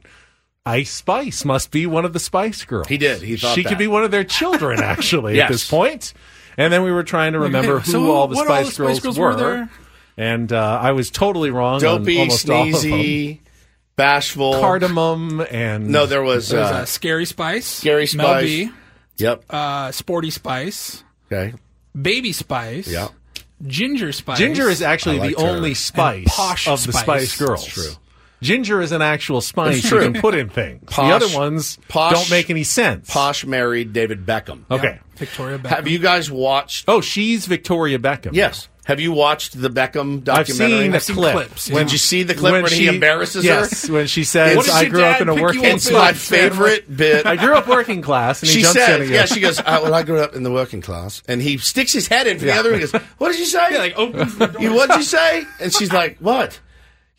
S6: Ice Spice must be one of the Spice Girls.
S5: He did. He thought
S6: she
S5: that.
S6: could be one of their children, actually,
S5: Yes.
S6: at this point. And then we were trying to
S5: Like,
S6: remember
S5: hey, so
S6: who all the
S5: what
S6: Spice,
S5: all the
S6: Girls,
S5: Spice Girls
S6: were.
S5: were there?
S6: And uh, I was totally wrong
S5: Dopey,
S6: on almost all of
S5: sneezy,
S6: them.
S5: bashful,
S6: Cardamom and
S5: No, there was,
S4: There's
S5: uh,
S4: uh, Scary Spice,
S5: Scary
S4: Mel
S5: Spice.
S4: B,
S5: Yep.
S4: uh, Sporty Spice,
S5: Okay.
S4: Baby Spice,
S5: Yeah.
S4: Ginger Spice.
S6: Ginger is actually
S4: I
S6: the
S4: liked her.
S6: only
S4: And
S6: spice
S4: posh
S6: of the Spice Girls.
S5: true.
S6: Ginger is an actual spice
S5: It's
S6: you
S5: true.
S6: can put in things. the other ones
S5: Posh-
S6: don't make any sense.
S5: Posh married David Beckham.
S6: Okay.
S4: Victoria Beckham.
S5: Have you guys watched?
S6: Oh, she's Victoria Beckham.
S5: Yes. Have you watched the Beckham documentary?
S6: I've seen the clip.
S5: Did you see the clip when, he embarasses
S6: yes,
S5: her?
S6: when she says,
S5: What did
S6: "I
S5: your
S6: grew up
S5: dad
S6: in a
S5: pick you
S6: working
S5: up in?" It's my favorite bit.
S6: I grew up working class." And he
S5: she
S6: jumps in
S5: says,
S6: again.
S5: "Yeah." She goes, I, "Well, I grew up in the working class," and he sticks his head in for
S6: Yeah.
S5: the other. one and goes, "What did you say?"
S4: like opens
S5: You what'd you say? And she's like, "What?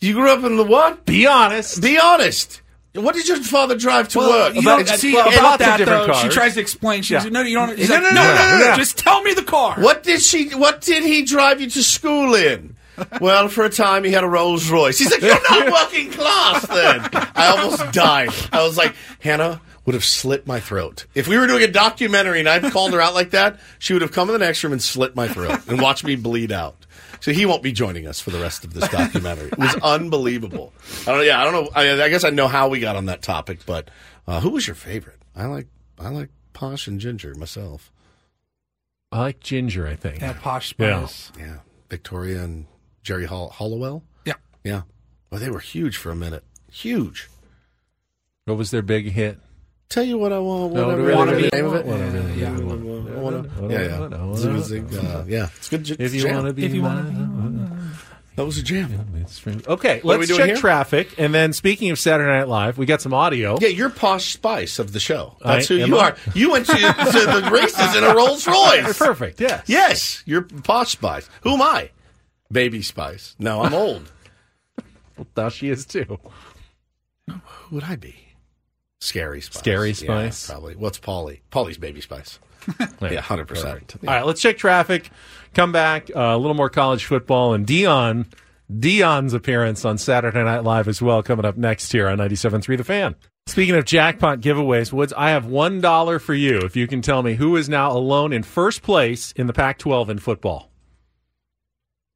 S5: You grew up in the what?"
S6: Be honest.
S5: Be honest. What did your father drive to work?
S4: You
S5: About-
S4: don't see
S5: well,
S4: about
S5: lots of
S4: that
S5: different
S4: though. She
S5: cars.
S4: tries to explain. She's
S5: Yeah.
S4: like, no, you don't. He's
S5: No,
S4: like,
S5: no, no, no, no, no.
S4: Just tell me the car.
S5: What did she? What did he drive you to school in? well, for a time, he had a Rolls Royce. He's like, "You're not working class." Then I almost died. I was like, Hannah would have slit my throat if we were doing a documentary and I'd called her out like that. She would have come in the next room and slit my throat and watched me bleed out. So he won't be joining us for the rest of this documentary. It was unbelievable. I don't. Yeah, I don't know. I, I guess I know how we got on that topic, but uh, who was your favorite? I like. I like Posh and Ginger myself.
S6: I like Ginger. I think.
S4: Yeah, posh
S6: Yeah.
S4: Spice.
S5: Yeah, Victoria and Jerry Hall- Hollowell.
S4: Yeah.
S5: yeah. Well, they were huge for a minute. Huge.
S6: What was their big hit?
S5: Tell you what I want.
S6: No,
S5: What I
S6: really,
S5: really,
S6: really,
S5: really, name of it.
S6: what I really, really
S5: yeah,
S6: want.
S5: yeah. I wanna-
S6: What I
S5: yeah,
S6: really
S5: yeah.
S6: want.
S5: It was like, uh, yeah. It's good. j-
S6: If you
S5: jam.
S6: want to be,
S5: If you wanna
S6: mine.
S5: that was a jam.
S6: Okay,
S5: What are we
S6: let's
S5: doing
S6: check
S5: here?
S6: traffic, and then speaking of Saturday Night Live, we got some audio.
S5: Yeah, you're posh spice of the show.
S6: I
S5: That's who
S6: am
S5: you
S6: I?
S5: are. You went to, to the races in a Rolls Royce.
S6: Perfect. Yeah.
S5: Yes, you're posh spice. Who am I? Baby spice. No, I'm old.
S6: Now she is too.
S5: Who would I be? Scary spice.
S6: Scary
S5: Yeah,
S6: Spice.
S5: probably. What's Polly? Polly's baby spice. yeah, hundred percent.
S6: All right, let's check traffic. Come back uh, a little more college football and Dion. Dion's appearance on Saturday Night Live as well coming up next here on 97.3 The Fan. Speaking of jackpot giveaways, Woods, I have $1 for you if you can tell me who is now alone in first place in the Pac 12 in football.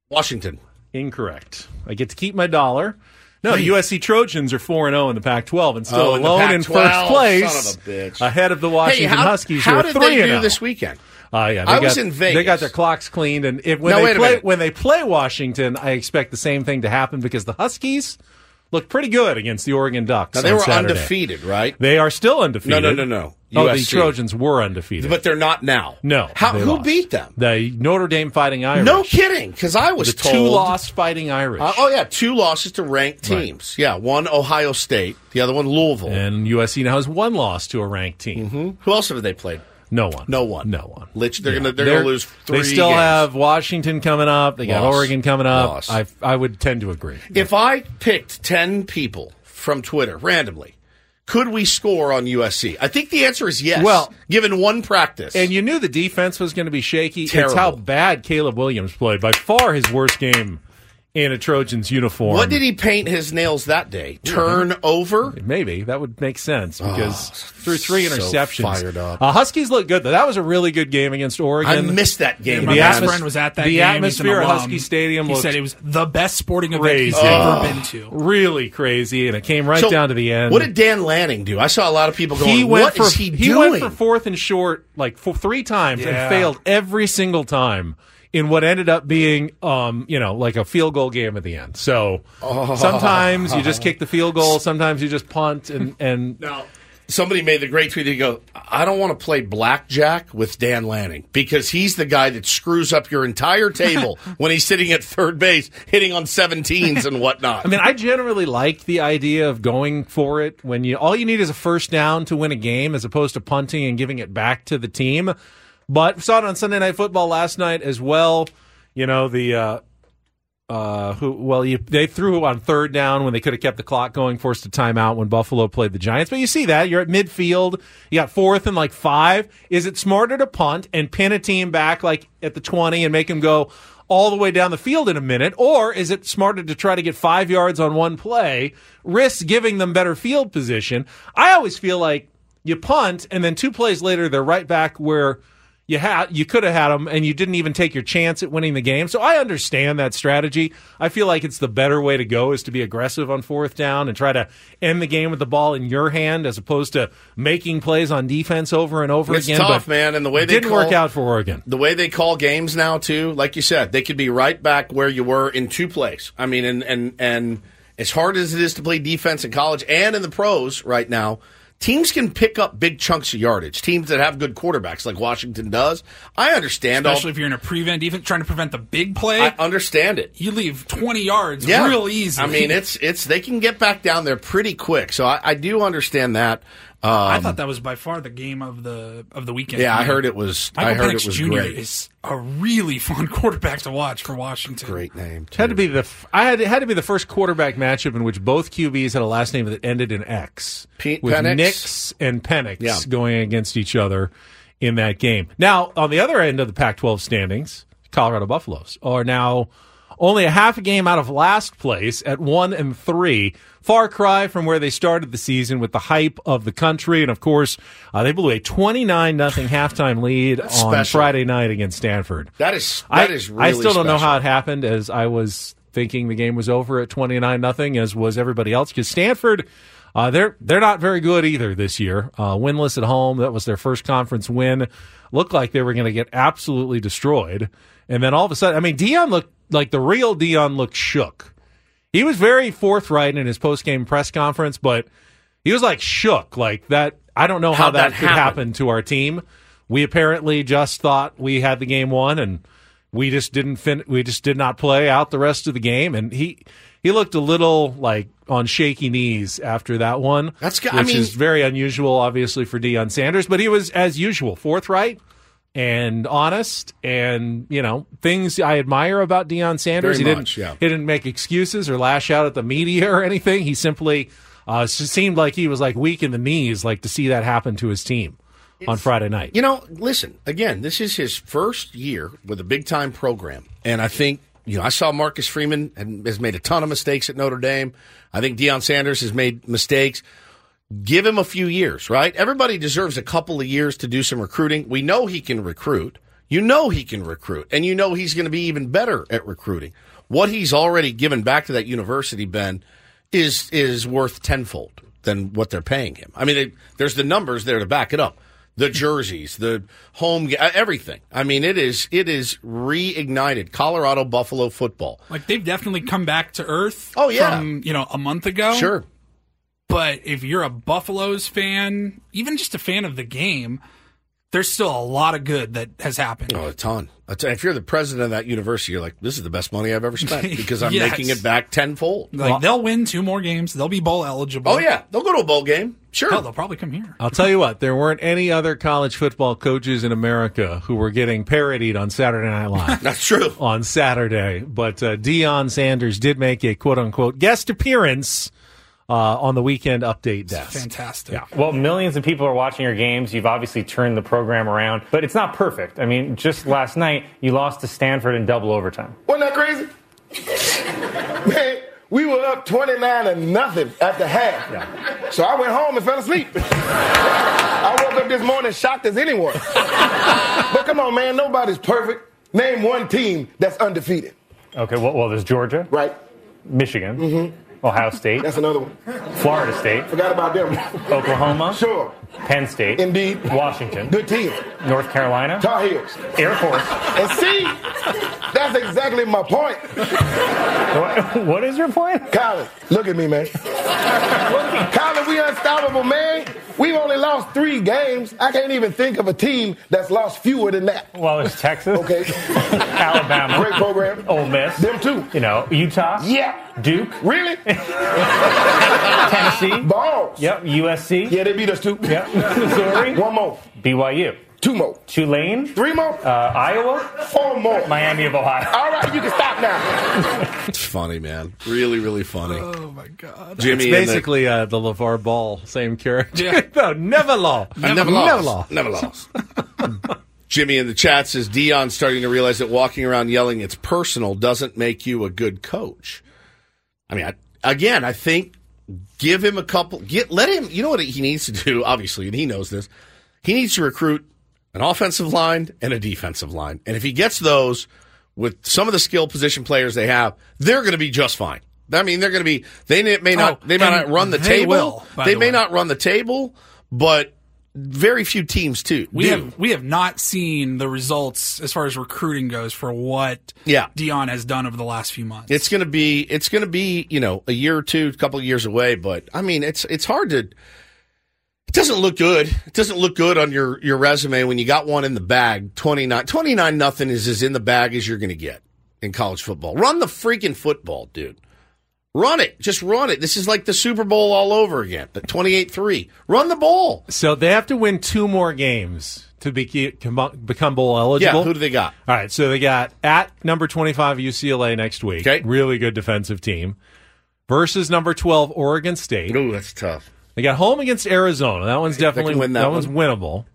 S5: Washington.
S6: Incorrect. I get to keep my dollar. No, the USC Trojans are 4 0 in the Pac 12 and still
S5: Oh, in the
S6: alone in first
S5: Pac-12,
S6: place
S5: son of a bitch.
S6: ahead of the Washington
S5: hey, how,
S6: Huskies. who
S5: How
S6: are
S5: did
S6: 3
S5: they do
S6: and 0.
S5: this weekend?
S6: Uh, yeah, they
S5: I
S6: got,
S5: was in Vegas.
S6: They got their clocks cleaned, and if when
S5: Now,
S6: they
S5: wait a
S6: play
S5: minute.
S6: when they play Washington, I expect the same thing to happen because the Huskies looked pretty good against the Oregon Ducks.
S5: Now, they
S6: on
S5: were
S6: Saturday.
S5: undefeated, right?
S6: They are still undefeated.
S5: No, no, no, no.
S6: Oh, the
S5: USC.
S6: Trojans were undefeated,
S5: But they're not now.
S6: no.
S5: How,
S6: they
S5: who
S6: lost.
S5: beat them?
S6: The Notre Dame Fighting Irish.
S5: No kidding, because I was
S6: the
S5: told
S6: two lost Fighting Irish
S5: Uh, oh yeah, two losses to ranked
S6: Right.
S5: teams. Yeah, one Ohio State, the other one Louisville.
S6: and USC now has one loss to a ranked team.
S5: Who else have they played?
S6: No one.
S5: Mm-hmm. No one.
S6: No one.
S5: Lich, they're
S6: Yeah.
S5: gonna they're, gonna lose three.
S6: They still
S5: games.
S6: have Washington coming up. They got
S5: Loss.
S6: Oregon coming up.
S5: Loss.
S6: I I would tend to agree.
S5: If I picked 10 people from Twitter randomly, could we score on USC? I think the answer is yes.
S6: Well-
S5: given one practice.
S6: And you knew the defense was going to be shaky. It's
S5: Terrible.
S6: how bad Caleb Williams played. By far his worst game in a Trojans uniform.
S5: What did he paint his nails that day? Turn over?
S6: Maybe that would make sense because through three
S5: Oh, so
S6: interceptions,
S5: fired up.
S6: Uh, Huskies look good though. That was a really good game against Oregon.
S5: I missed that game.
S4: My
S6: The
S4: best
S6: atmos-
S4: friend was at that
S6: the
S4: game.
S6: atmosphere
S4: He's an
S6: at
S4: alum.
S6: Husky Stadium.
S4: He
S6: looked
S4: said it was the best sporting event
S6: crazy. Oh.
S4: he's ever been to.
S6: Really crazy, and it came right
S5: So,
S6: down to the end.
S5: What did Dan Lanning do? I saw a lot of people going,
S6: he went
S5: "What
S6: for
S5: is he, doing?
S6: went for fourth and short like for three times
S5: Yeah.
S6: and failed every single time in what ended up being um you know like a field goal game at the end. So
S5: Oh.
S6: sometimes you just kick the field goal, sometimes you just punt and and
S5: Somebody made the great tweet. They go, I don't want to play blackjack with Dan Lanning because he's the guy that screws up your entire table when he's sitting at third base, hitting on 17s and whatnot.
S6: I mean, I generally like the idea of going for it when you all you need is a first down to win a game as opposed to punting and giving it back to the team. But saw it on Sunday Night Football last night as well. You know the uh, uh, who? Well, you, they threw on third down when they could have kept the clock going, forced a timeout when Buffalo played the Giants. But you see that you're at midfield, you got fourth and like five. Is it smarter to punt and pin a team back like at the twenty and make them go all the way down the field in a minute, or is it smarter to try to get five yards on one play, risk giving them better field position? I always feel like you punt and then two plays later they're right back where you had you could have had them and you didn't even take your chance at winning the game. So I understand that strategy. I feel like it's the better way to go is to be aggressive on fourth down and try to end the game with the ball in your hand as opposed to making plays on defense over and over
S5: It's
S6: again.
S5: tough,
S6: But
S5: man, and the way
S6: it
S5: they
S6: didn't
S5: call-
S6: work out for Oregon.
S5: the way they call games now too like you said they could be right back where you were in two plays i mean and and and as hard as it is to play defense in college and in the pros right now teams can pick up big chunks of yardage teams that have good quarterbacks like washington does i understand all-
S4: Especially if you're in a prevent, even trying to prevent the big play.
S5: I understand it.
S4: You leave 20 yards real easy.
S5: I mean, it's it's they can get back down there pretty quick, so I, I do understand that. Um,
S4: I thought that was by far the game of the of the weekend.
S5: Yeah, I heard it was- I
S4: Michael
S5: heard it
S4: Penix
S5: was
S4: Jr.
S5: great.
S4: is a really fun quarterback to watch for Washington. Great
S5: name.
S6: Had to be the f- I had it had to be the first quarterback matchup in which both QBs had a last name that ended in X
S5: Pe-
S6: with
S5: Penix?
S6: Nix and Penix
S5: Yeah.
S6: going against each other in that game. Now on the other end of the Pac-12 standings, Colorado Buffaloes are now only a half a game out of last place at one and three. Far cry from where they started the season with the hype of the country, and of course uh, they blew a twenty nine nothing halftime lead on
S5: That's special.
S6: Friday night against Stanford.
S5: that is that
S6: I,
S5: is really
S6: I still don't know
S5: special.
S6: how it happened as I was thinking the game was over at 29 nothing as was everybody else because Stanford uh, they're they're not very good either this year uh, winless at home that was their first conference win looked like they were going to get absolutely destroyed and then all of a sudden I mean Dion looked like the real Dion looked shook he was very forthright in his post game press conference but he was like shook like that I don't know how
S5: How'd
S6: that,
S5: that
S6: could
S5: happen?
S6: happen to our team we apparently just thought we had the game won and we just didn't fin- we just did not play out the rest of the game and he he looked a little like on shaky knees after that one
S5: That's
S6: which
S5: go- I mean-
S6: is very unusual obviously for Deion Sanders but he was as usual forthright and honest and you know things I admire about Deion Sanders
S5: Very
S6: he
S5: much,
S6: didn't
S5: yeah.
S6: he didn't make excuses or lash out at the media or anything he simply uh, s- seemed like he was like weak in the knees like to see that happen to his team on Friday night
S5: You know, listen, again, this is his first year with a big time program. And I think, you know, I saw Marcus Freeman and has made a ton of mistakes at Notre Dame. I think Deion Sanders has made mistakes. Give him a few years, right? Everybody deserves a couple of years to do some recruiting. We know he can recruit. You know he can recruit, and you know he's going to be even better at recruiting. What he's already given back to that university, Ben, is is worth tenfold than what they're paying him. I mean, they, there's the numbers there to back it up. The jerseys, the home, ga- everything. I mean, it is it is reignited Colorado Buffalo football.
S4: Like they've definitely come back to earth.
S5: Oh, yeah.
S4: from you know a month ago.
S5: Sure.
S4: but if you're a Buffaloes fan, even just a fan of the game, there's still a lot of good that has happened.
S5: Oh, a ton. A ton. If you're the president of that university, you're like, this is the best money I've ever spent because I'm
S4: Yes.
S5: making it back tenfold.
S4: Like they'll win two more games. They'll be bowl eligible.
S5: Oh, yeah. They'll go to a bowl game. Sure. Um,
S4: Hell, they'll probably come here.
S6: I'll tell you what, there weren't any other college football coaches in America who were getting parodied on Saturday Night Live.
S5: That's true.
S6: On Saturday, but uh, Dion Sanders did make a quote unquote guest appearance uh, on the weekend update desk.
S4: Fantastic.
S15: Well, millions of people are watching your games. You've obviously turned the program around, but it's not perfect. I mean, just last night, you lost to Stanford in double overtime.
S3: Wasn't that crazy?
S16: We were up 29 and nothing at the half. So I went home and fell asleep. I woke up this morning shocked as anyone. but come on, man, nobody's perfect. Name one team that's undefeated.
S15: Okay, well, well there's Georgia.
S16: Right.
S15: Michigan.
S5: Mm-hmm.
S15: Ohio State. That's
S16: another one.
S15: Florida State.
S16: Forgot about them.
S15: Oklahoma.
S16: Sure.
S15: Penn State.
S16: Indeed.
S15: Washington.
S16: Good team.
S15: North Carolina.
S16: Tar Heels.
S15: Air Force.
S16: And see, that's exactly my point.
S15: what is your point?
S16: Colin, look at me, man. Colin, we unstoppable, man. We've only lost three games. I can't even think of a team that's lost fewer than that.
S15: Well, it's Texas.
S16: Okay.
S15: Alabama.
S16: Great program.
S15: Ole Miss.
S16: Them too.
S15: You know, Utah.
S16: Yeah.
S15: Duke.
S16: Really?
S15: Tennessee.
S16: Balls.
S15: Yep. USC.
S16: Yeah, they beat us too.
S15: Yep. Missouri.
S16: One more.
S15: BYU.
S16: Two more.
S15: Tulane.
S16: Three more.
S15: Uh, Iowa.
S16: Four more.
S15: Miami of Ohio.
S16: All right, you can stop now.
S5: It's funny, man. Really, really funny. Oh
S4: my god,
S6: it's
S5: Jimmy. and the-
S6: basically uh, the LeVar Ball, same character.
S5: Yeah.
S6: no, never law.
S5: I never lost. Never lost. Jimmy in the chat says Dion's starting to realize that walking around yelling it's personal doesn't make you a good coach. I mean, I, again, I think give him a couple. Get let him. You know what he needs to do, obviously, and he knows this. He needs to recruit an offensive line and a defensive line, and if he gets those with some of the skill position players they have, they're going to be just fine. I mean, they're going to be. They may not.
S4: Oh,
S5: they may
S4: and
S5: not run the
S4: they
S5: table.
S4: will, by
S5: they
S4: the
S5: may
S4: way.
S5: not run the table, but very few teams too.
S4: We
S5: do.
S4: have we have not seen the results as far as recruiting goes for what
S5: Yeah.
S4: Dion has done over the last few months.
S5: It's gonna be it's gonna be you know a year or two, a couple of years away. But I mean, it's it's hard to. It doesn't look good. It doesn't look good on your your resume when you got one in the bag. 29, 29 nothing is as in the bag as you're gonna get in college football. Run the freaking football, dude. Run it. Just run it. This is like the Super Bowl all over again. The twenty eight three. Run the ball.
S6: So they have to win two more games to be, com- become bowl eligible.
S5: Yeah, who do they got?
S6: All right, so they got at number 25 UCLA next week. Okay. Really good defensive team. Versus number 12 Oregon State.
S5: Ooh, that's tough.
S6: They got home against Arizona. That one's definitely
S5: can win that
S6: one's winnable.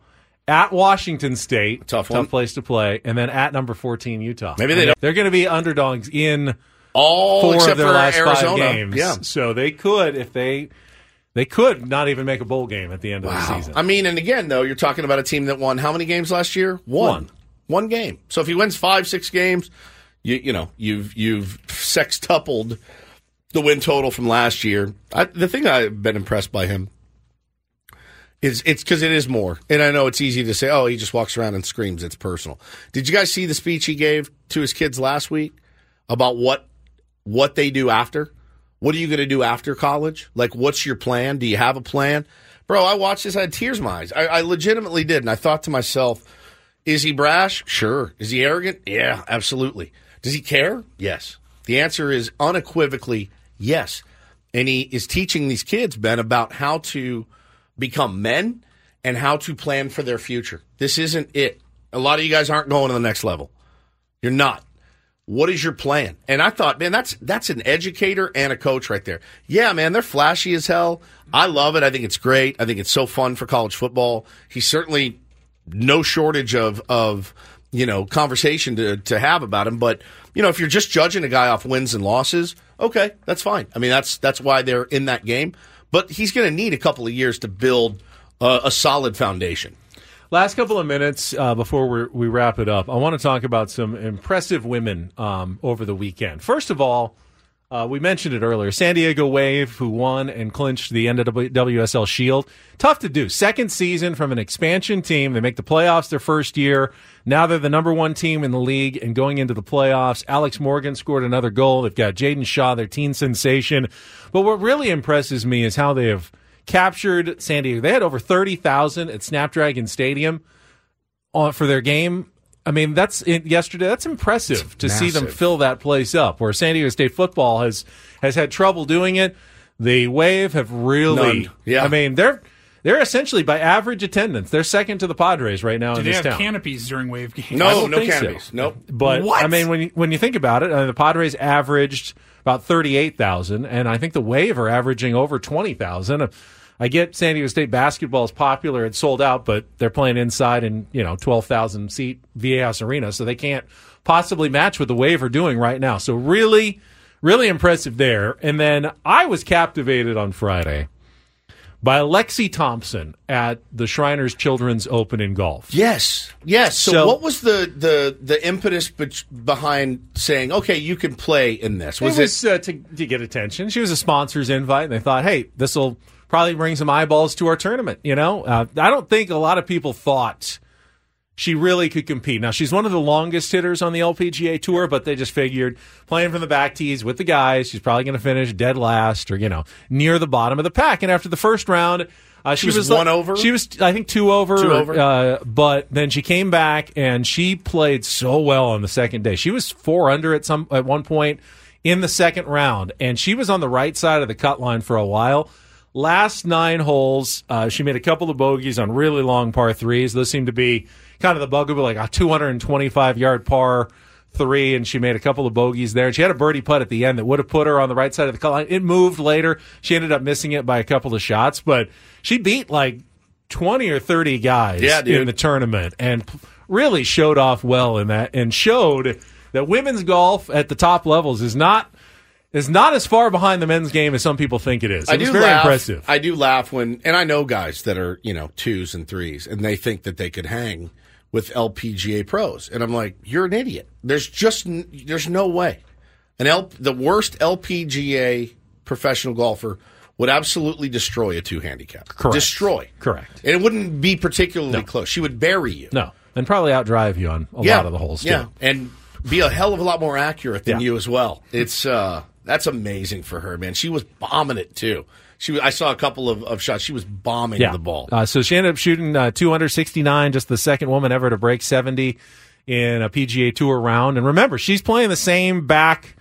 S6: At Washington State,
S5: tough, one.
S6: place to play, and then at number 14 Utah.
S5: Maybe they
S6: And
S5: don't-
S6: They're going to be underdogs in
S5: All
S6: four
S5: except
S6: of their
S5: for
S6: last
S5: Arizona.
S6: five games.
S5: Yeah.
S6: So they could if they they could not even make a bowl game at the end of the season.
S5: I mean, and again, though, you're talking about a team that won how many games last year? One. One, game. So if he wins five, six games, you you know you've you've sextupled the win total from last year. I, the thing I've been impressed by him is it's because it is more, and I know it's easy to say, oh, he just walks around and screams. It's personal. Did you guys see the speech he gave to his kids last week about what what they do after? What are you going to do after college? Like, what's your plan? Do you have a plan? Bro, I watched this. I had tears in my eyes. I, I legitimately did. And I thought to myself, is he brash? Sure. Is he arrogant? Yeah, absolutely. Does he care? Yes. The answer is unequivocally yes. And he is teaching these kids, Ben, about how to become men and how to plan for their future. This isn't it. A lot of you guys aren't going to the next level. You're not. What is your plan? And I thought, man, that's that's an educator and a coach right there. Yeah, man, they're flashy as hell. I love it. I think it's great. I think it's so fun for college football. He's certainly no shortage of of you know conversation to to have about him. But you know, if you're just judging a guy off wins and losses, okay, that's fine. I mean, that's that's why they're in that game. But he's going to need a couple of years to build uh, a solid foundation.
S6: Last couple of minutes uh, before we we wrap it up, I want to talk about some impressive women um, over the weekend. First of all, uh, we mentioned it earlier San Diego Wave, who won and clinched the NWSL Shield. Tough to do. Second season from an expansion team. They make the playoffs their first year. Now they're the number one team in the league and going into the playoffs. Alex Morgan scored another goal. They've got Jaden Shaw, their teen sensation. But what really impresses me is how they have captured San Diego. They had over 30,000 at Snapdragon Stadium on for their game. I mean, that's in, yesterday. That's impressive to see them
S5: massive.
S6: fill that place up. Where San Diego State football has has had trouble doing it. The Wave have really.
S5: None. Yeah.
S6: I mean, they're they're essentially by average attendance, they're second to the Padres right now
S4: Do
S6: in
S4: they
S6: Oh, this
S4: have
S6: town.
S4: canopies during wave games?
S6: I don't think so. But
S4: What?
S6: I mean, when you, when you think about it, uh, the Padres averaged about thirty eight thousand, and I think the Wave are averaging over twenty thousand. I get San Diego State basketball is popular; it's sold out, but they're playing inside in you know twelve thousand seat VAS arena, so they can't possibly match what the Wave are doing right now. So really, Really impressive there. And then I was captivated on Friday by Lexi Thompson at the Shriners Children's Open in golf.
S5: Yes. Yes. So,
S6: So-
S5: what was the the the impetus be- behind saying, okay, you can play in this? Was
S6: it was uh, to, to get attention. She was a sponsor's invite, and they thought, hey, this will probably bring some eyeballs to our tournament. You know, uh, I don't think a lot of people thought she really could compete. Now she's one of the longest hitters on the LPGA tour, but they just figured playing from the back tees with the guys, she's probably going to finish dead last or you know near the bottom of the pack. And after the first round. Uh, she,
S5: She was one over?
S6: She was, I think, two over.
S5: Two over?
S6: Uh, but then she came back and she played so well on the second day. She was four under at some at one point in the second round, and she was on the right side of the cut line for a while. Last nine holes, uh, she made a couple of bogeys on really long par threes. Those seem to be kind of the bugaboo, like a 225 yard par three, and she made a couple of bogeys there. And she had a birdie putt at the end that would have put her on the right side of the cut line. It moved later. She ended up missing it by a couple of shots, but she beat like 20 or 30 guys
S5: Yeah, dude.
S6: in the tournament and p- really showed off well in that and showed that women's golf at the top levels is not is not as far behind the men's game as some people think it is. It
S5: I
S6: was
S5: do
S6: very
S5: laugh.
S6: impressive.
S5: I do laugh when, and I know guys that are you know twos and threes, and they think that they could hang with LPGA pros, and I'm like, you're an idiot. There's just n- there's no way. An L, the worst LPGA professional golfer would absolutely destroy a two handicap.
S6: Correct.
S5: Destroy.
S6: Correct.
S5: And it wouldn't be particularly close. She would bury you.
S6: No. And probably outdrive you on a lot of the holes
S5: Yeah,
S6: too.
S5: and be a hell of a lot more accurate than
S6: Yeah.
S5: you as well. It's uh, that's amazing for her, man. She was bombing it too. She, was, I saw a couple of, of shots. She was bombing the ball.
S6: Uh, so she ended up shooting uh, 269, just the second woman ever to break 70 in a PGA Tour round. And remember, she's playing the same back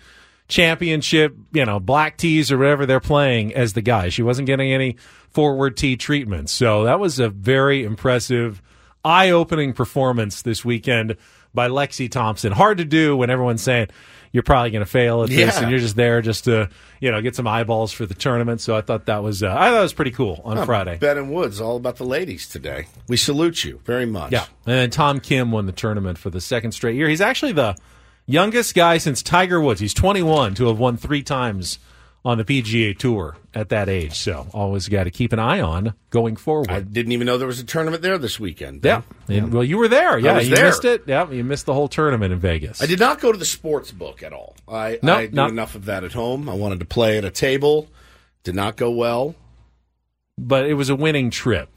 S6: championship, you know, black tees or whatever they're playing as the guy. She wasn't getting any forward tee treatment. So that was a very impressive, eye opening performance this weekend by Lexi Thompson. Hard to do when everyone's saying, you're probably going to fail at this,
S5: Yeah.
S6: and you're just there just to, you know, get some eyeballs for the tournament. So I thought that was, uh, I thought it was pretty cool on
S5: Huh,
S6: Friday.
S5: Ben and Woods, all about the ladies today. We salute you very much.
S6: Yeah. And then Tom Kim won the tournament for the second straight year. He's actually the youngest guy since Tiger Woods. He's 21 to have won three times on the PGA Tour at that age. So always got to keep an eye on going forward.
S5: I didn't even know there was a tournament there this weekend.
S6: yeah. And, well, you were there.
S5: I
S6: Yeah.
S5: was
S6: you
S5: there.
S6: missed it. Yeah. You missed the whole tournament in Vegas.
S5: I did not go to the sports book at all. I,
S6: No,
S5: I do
S6: not-
S5: enough of that at home. I wanted to play at a table. Did not go well.
S6: But it was a winning trip.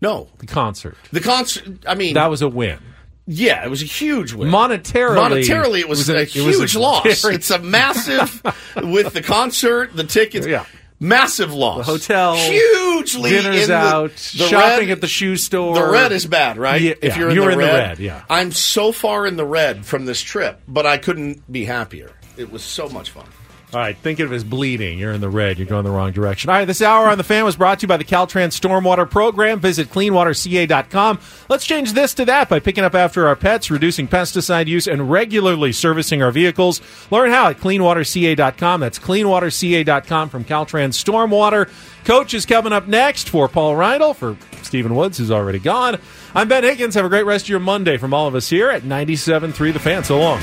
S5: No.
S6: The concert.
S5: The concert. I mean,
S6: That was a win.
S5: Yeah, it was a huge win.
S6: Monetarily-
S5: monetarily, it
S6: it was
S5: was,
S6: a-
S5: a
S6: it was
S5: huge
S6: a
S5: loss.
S6: very-
S5: It's a massive with the concert, the tickets, yeah. massive loss. The
S6: hotel,
S5: hugely
S6: dinners
S5: in the-
S6: out,
S5: the
S6: shopping
S5: red-
S6: at the shoe store.
S5: The red is bad, right?
S6: Yeah, yeah. You're in the red, yeah.
S5: I'm so far in the red from this trip, but I couldn't be happier. It was so much fun.
S6: All right, think of it as bleeding. You're in the red. You're going the wrong direction. All right, this hour on the fan was brought to you by the Caltrans Stormwater Program. Visit cleanwaterca.com. Let's change this to that by picking up after our pets, reducing pesticide use, and regularly servicing our vehicles. Learn how at cleanwaterca.com. That's cleanwaterca.com from Caltrans Stormwater. Coach is coming up next for Paul Reinl, for Stephen Woods, who's already gone. I'm Ben Higgins. Have a great rest of your Monday from all of us here at 97.3 The Fan. So long.